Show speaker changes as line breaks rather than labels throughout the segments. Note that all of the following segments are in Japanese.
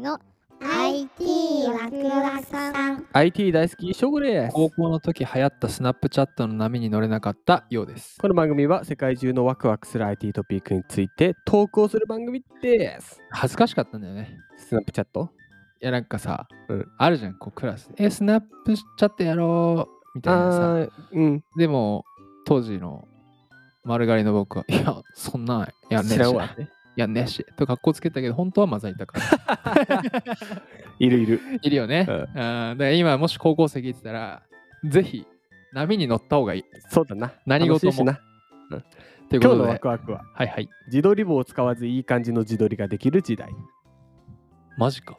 の IT ワクワクさん
IT 大好き、しょぐれです。
高校の時流行ったスナップチャットの波に乗れなかったようです。
この番組は世界中のワクワクする IT トピックについて投稿する番組です。
恥ずかしかったんだよね。
スナップチャット
いやなんかさ、
うん
あるじゃん、こうクラス。え、スナップチャットやろうみたいなさ。
ー、うん。
でも、当時の丸刈りの僕は、いや、そんなんやん
知
ねえ
らん
し。
わね。
やんねえし。と格好つけたけど、本当はマザインだ から。
いるいる。
いるよね。
うん
うん、だから今、もし高校生聞いてたら、ぜひ、波に乗った方がいい。
そうだな。
何事
楽しい
も
しな。
とい
今日
うこと
の
で、
ワクワクは
はいはい。
自撮り棒を使わずいい感じの自撮りができる時代。
マジか。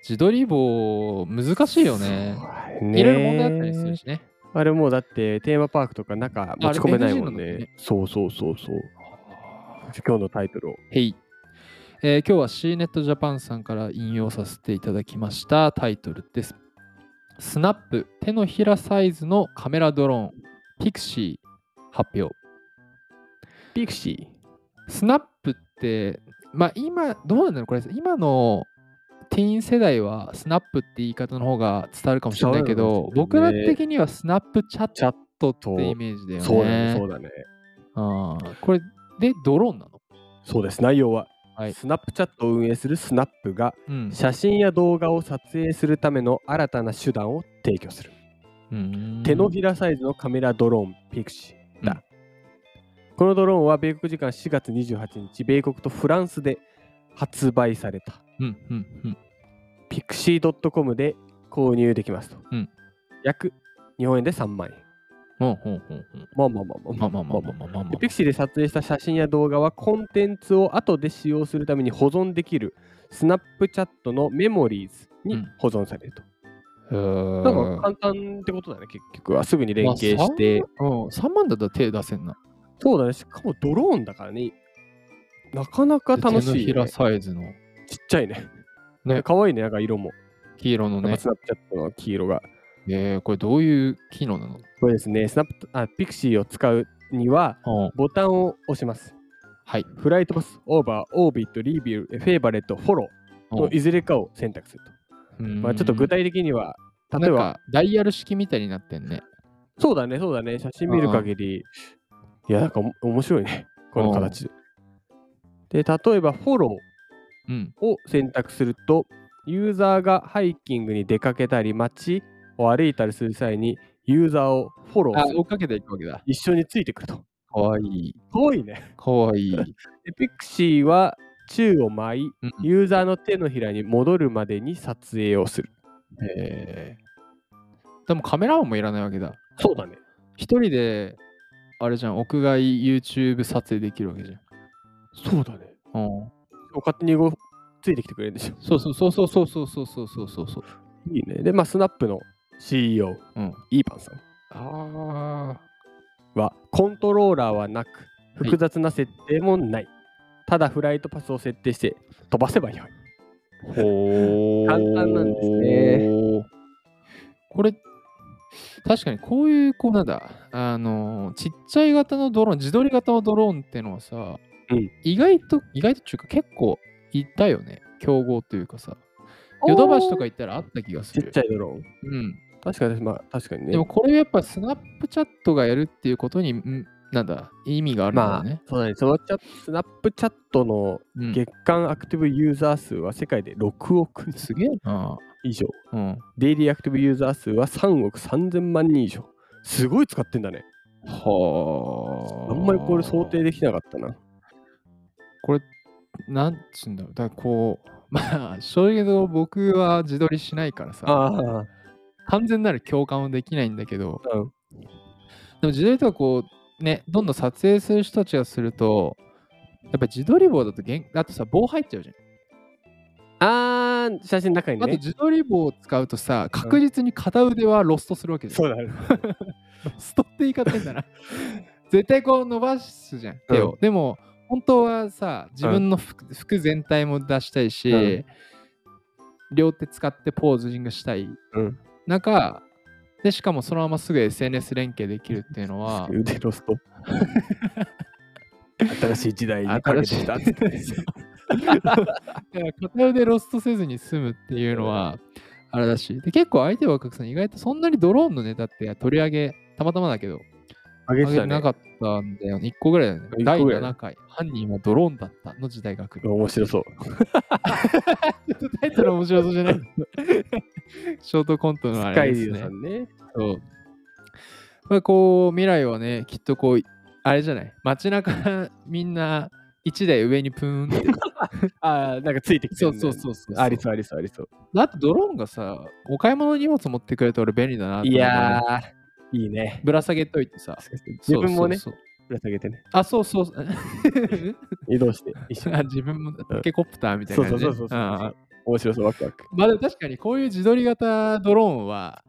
自撮り棒、難しいよね。
そうね
いろいろ問題あったりするしね。
あれもうだってテーマパークとか中持ち込めないもん
あれ NG なんだ
ね
っ。
そうそうそうそう。今日のタイトルを。
へい。えー今日は CNET Japan さんから引用させていただきましたタイトルです。スナップ手のひらサイズのカメラドローン Pixie 発表。
ピクシ
スナップって、まあ今、どうなんだろうこれ、今のティーン世代はスナップって言い方の方が伝わるかもしれないけ
伝わる
ど、
の
僕
かもしれな
ら
いね
的にはスナップチャッ
ー。チャッ
トっ
ト
てイメージだよね。
そうだね。そうだね。
あーこれでドローンなの
そうです。内容は、
はい
スナップチャットを運営するスナップが
うん
写真や動画を撮影するための新たな手段を提供する。
うん
手のひらサイズのカメラドローンピクシーだ。
うん
このドローンは米国時間4月28日、米国とフランスで発売された。
うんうんうん。
ピクシー .com で購入できますと。
うん
約日本円で3万円。
ほうほうほうほう
まあまあまあまあ
まあまあまあまあまあまあまあ
で Pixie で撮影した写真や動画はコンテンツを後で使用するために保存できるスナップチャットのメモリーズ
う
に
ん
保存されると。
うーん
だから簡単ってことだね、結局は。すぐに連携
まあ
して。
3万うん、3万だったら手出せんな。
そうだね、しかもドローンだからね。なかなか楽
手の
しい
ひ
よ
ら
ね、
サイズの
ちっちゃいね。
ね
かわいいね、なんか色も。
黄色の
なんか
ね
ス。ナップチャットの黄色が。
えー、これどういう機能なの
これですね、スナップあ、Pixie を使うには
うん
ボタンを押します。
はい。
フライトパス、オーバー、オービット、リビュー、フェイバレット、フォローのいずれかを選択すると。まあ、ちょっと具体的には、
例
例
え
え
ば
ば、
ダイヤル式みたいになってんね。
そうだね、そうだね、写真見る限り、いや、なんかおも面白いね、この形で。で、例えば、フォロ
うん。
ーを選択すると、ユーザーがハイキングに出かけたり、街を歩いたりする際に、ユーザーをフォロー
あ、
す
追
る
っかけていくわけだ。
一緒についてくると。
かわいい。
かわいいね。
かわ いい。
で、ピクシーは、宙を舞い、
うん
ユーザーの手のひらに戻るまでに撮影をする。
えーでもカメラマンもいらないわけだ。
そうだね。
一人で、あれじゃん、屋外 YouTube 撮影できるわけじゃん。
そうだね。
うん、
勝手に動ついてきてくれるんでしょ。
そうそうそうそうそうそうそうそうそうそうそう。
いいね。で、まあ、スナップの CEO、
うん
イーパンさん
ああ。
は、コントローラーはなく、
い
複雑な設定もない。ただフライトパスを設定して飛ばせばよい。
ほー
簡単なんですね。
これ、確かにこういう、こうなんだ、あのー、ちっちゃい型のドローン、自撮り型のドローンってのはさ、
うん
意外と、意外とっていうか結構いたよね。競合というかさ。ヨドバシとか行ったらあった気がす
ちっ
る。
ちゃいドローン。
うん。
確かに、まあ、確かにね。
でもこれやっぱスナップチャットがやるっていうことに、んなんだ、意味があるんだ
ま
よ
あ、
ね。
そうだね。そのチャスナップチャットの
うん
月間アクティブユーザー数は世界で6億人
すげえな。
以上。
うん。
デイリーアクティブユーザー数は3億3000万人以上。すごい使ってんだね。
は
あんまりこれ想定できなかったな。
これ、なんつうんだろう。だからこう、 まあ、正直ど僕は自撮りしないからさ、
あ
完全なる共感はできないんだけど、
あ、うん。
でも自撮りとかこう、ね、どんどん撮影する人たちがすると、やっぱ自撮り棒だとげん、あとさ、棒入っちゃうじゃん。
あー、写真の中に
あと
ね。
自撮り棒を使うとさ、確実に片腕はロストするわけじゃん。
うだね。
ストって言い方変だな。 絶対こう伸ばすじゃん、手を。でも、本当はさ、自分の服,、服全体も出したいし、
うん
両手使ってポージングしたい。
うん
中で、しかもそのまますぐ SNS 連携できるっていうのは、
腕ロスト。新しい時代にかけ
新
て
しい
きた。
だから片腕ロストせずに済むっていうのは、あれだし。で、結構相手は若くさん、意外とそんなにドローンのネタって取り上げ、たまたまだけど、
あげ
上
て
げ
た
てな
ね。
かったんだよね。1個ぐらいだよね。
一
第
個ぐらい
7回、犯人はドローンだったの時代が来る。
面白そう。
タイトル面白そうじゃ ないショートコントのあ
スカ
れ
イ
です
リュウ
ね
さ。んね。
そう。まあ、こう、未来はね、きっとこう、あれじゃない。街中みんな1台上にプーンって。
ああ、なんかついてきて る
そう
ね
そうそうそう。
ありそうありそうありそう。
う。あとドローンがさ、お買い物に荷物持ってくれたら俺便利だなって
い
思うよね
やー、いいね。
ぶら下げといてさ。
自分もね、
そうそうそう
ぶら下げてね。
あ、そうそう。
移動して、一緒に
あ自分もタケコプターみたい
そ
な
う
感
そう
じね。
そうそうそ
んん
う。面白そう、ワクワク。
まあでも確かにこういう自撮り型ドローンは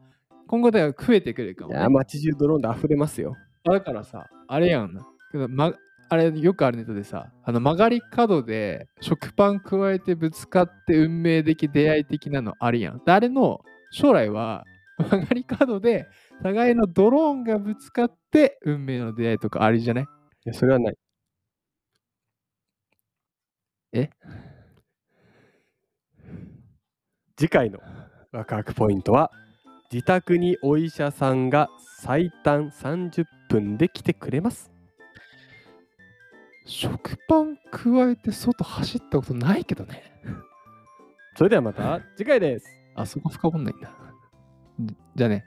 今後では増えてくるかも
い
ね、
やー、街中ドローンで溢れますよ。
だからさ、あれやんな。けどま、あれよくあるネタでさ、あの曲がり角で食パン加えてぶつかって運命的出会い的なのあるやん。誰の将来は曲がり角で互いのドローンがぶつかって運命の出会いとかありじゃない
いや、それはない。
え
次回のワクワクポイントは自宅にお医者さんが最短30分で来てくれます。
食パン加えて外走ったことないけどね。
それではまた次回です。
あそこ深掘んないんだ。じじゃあね。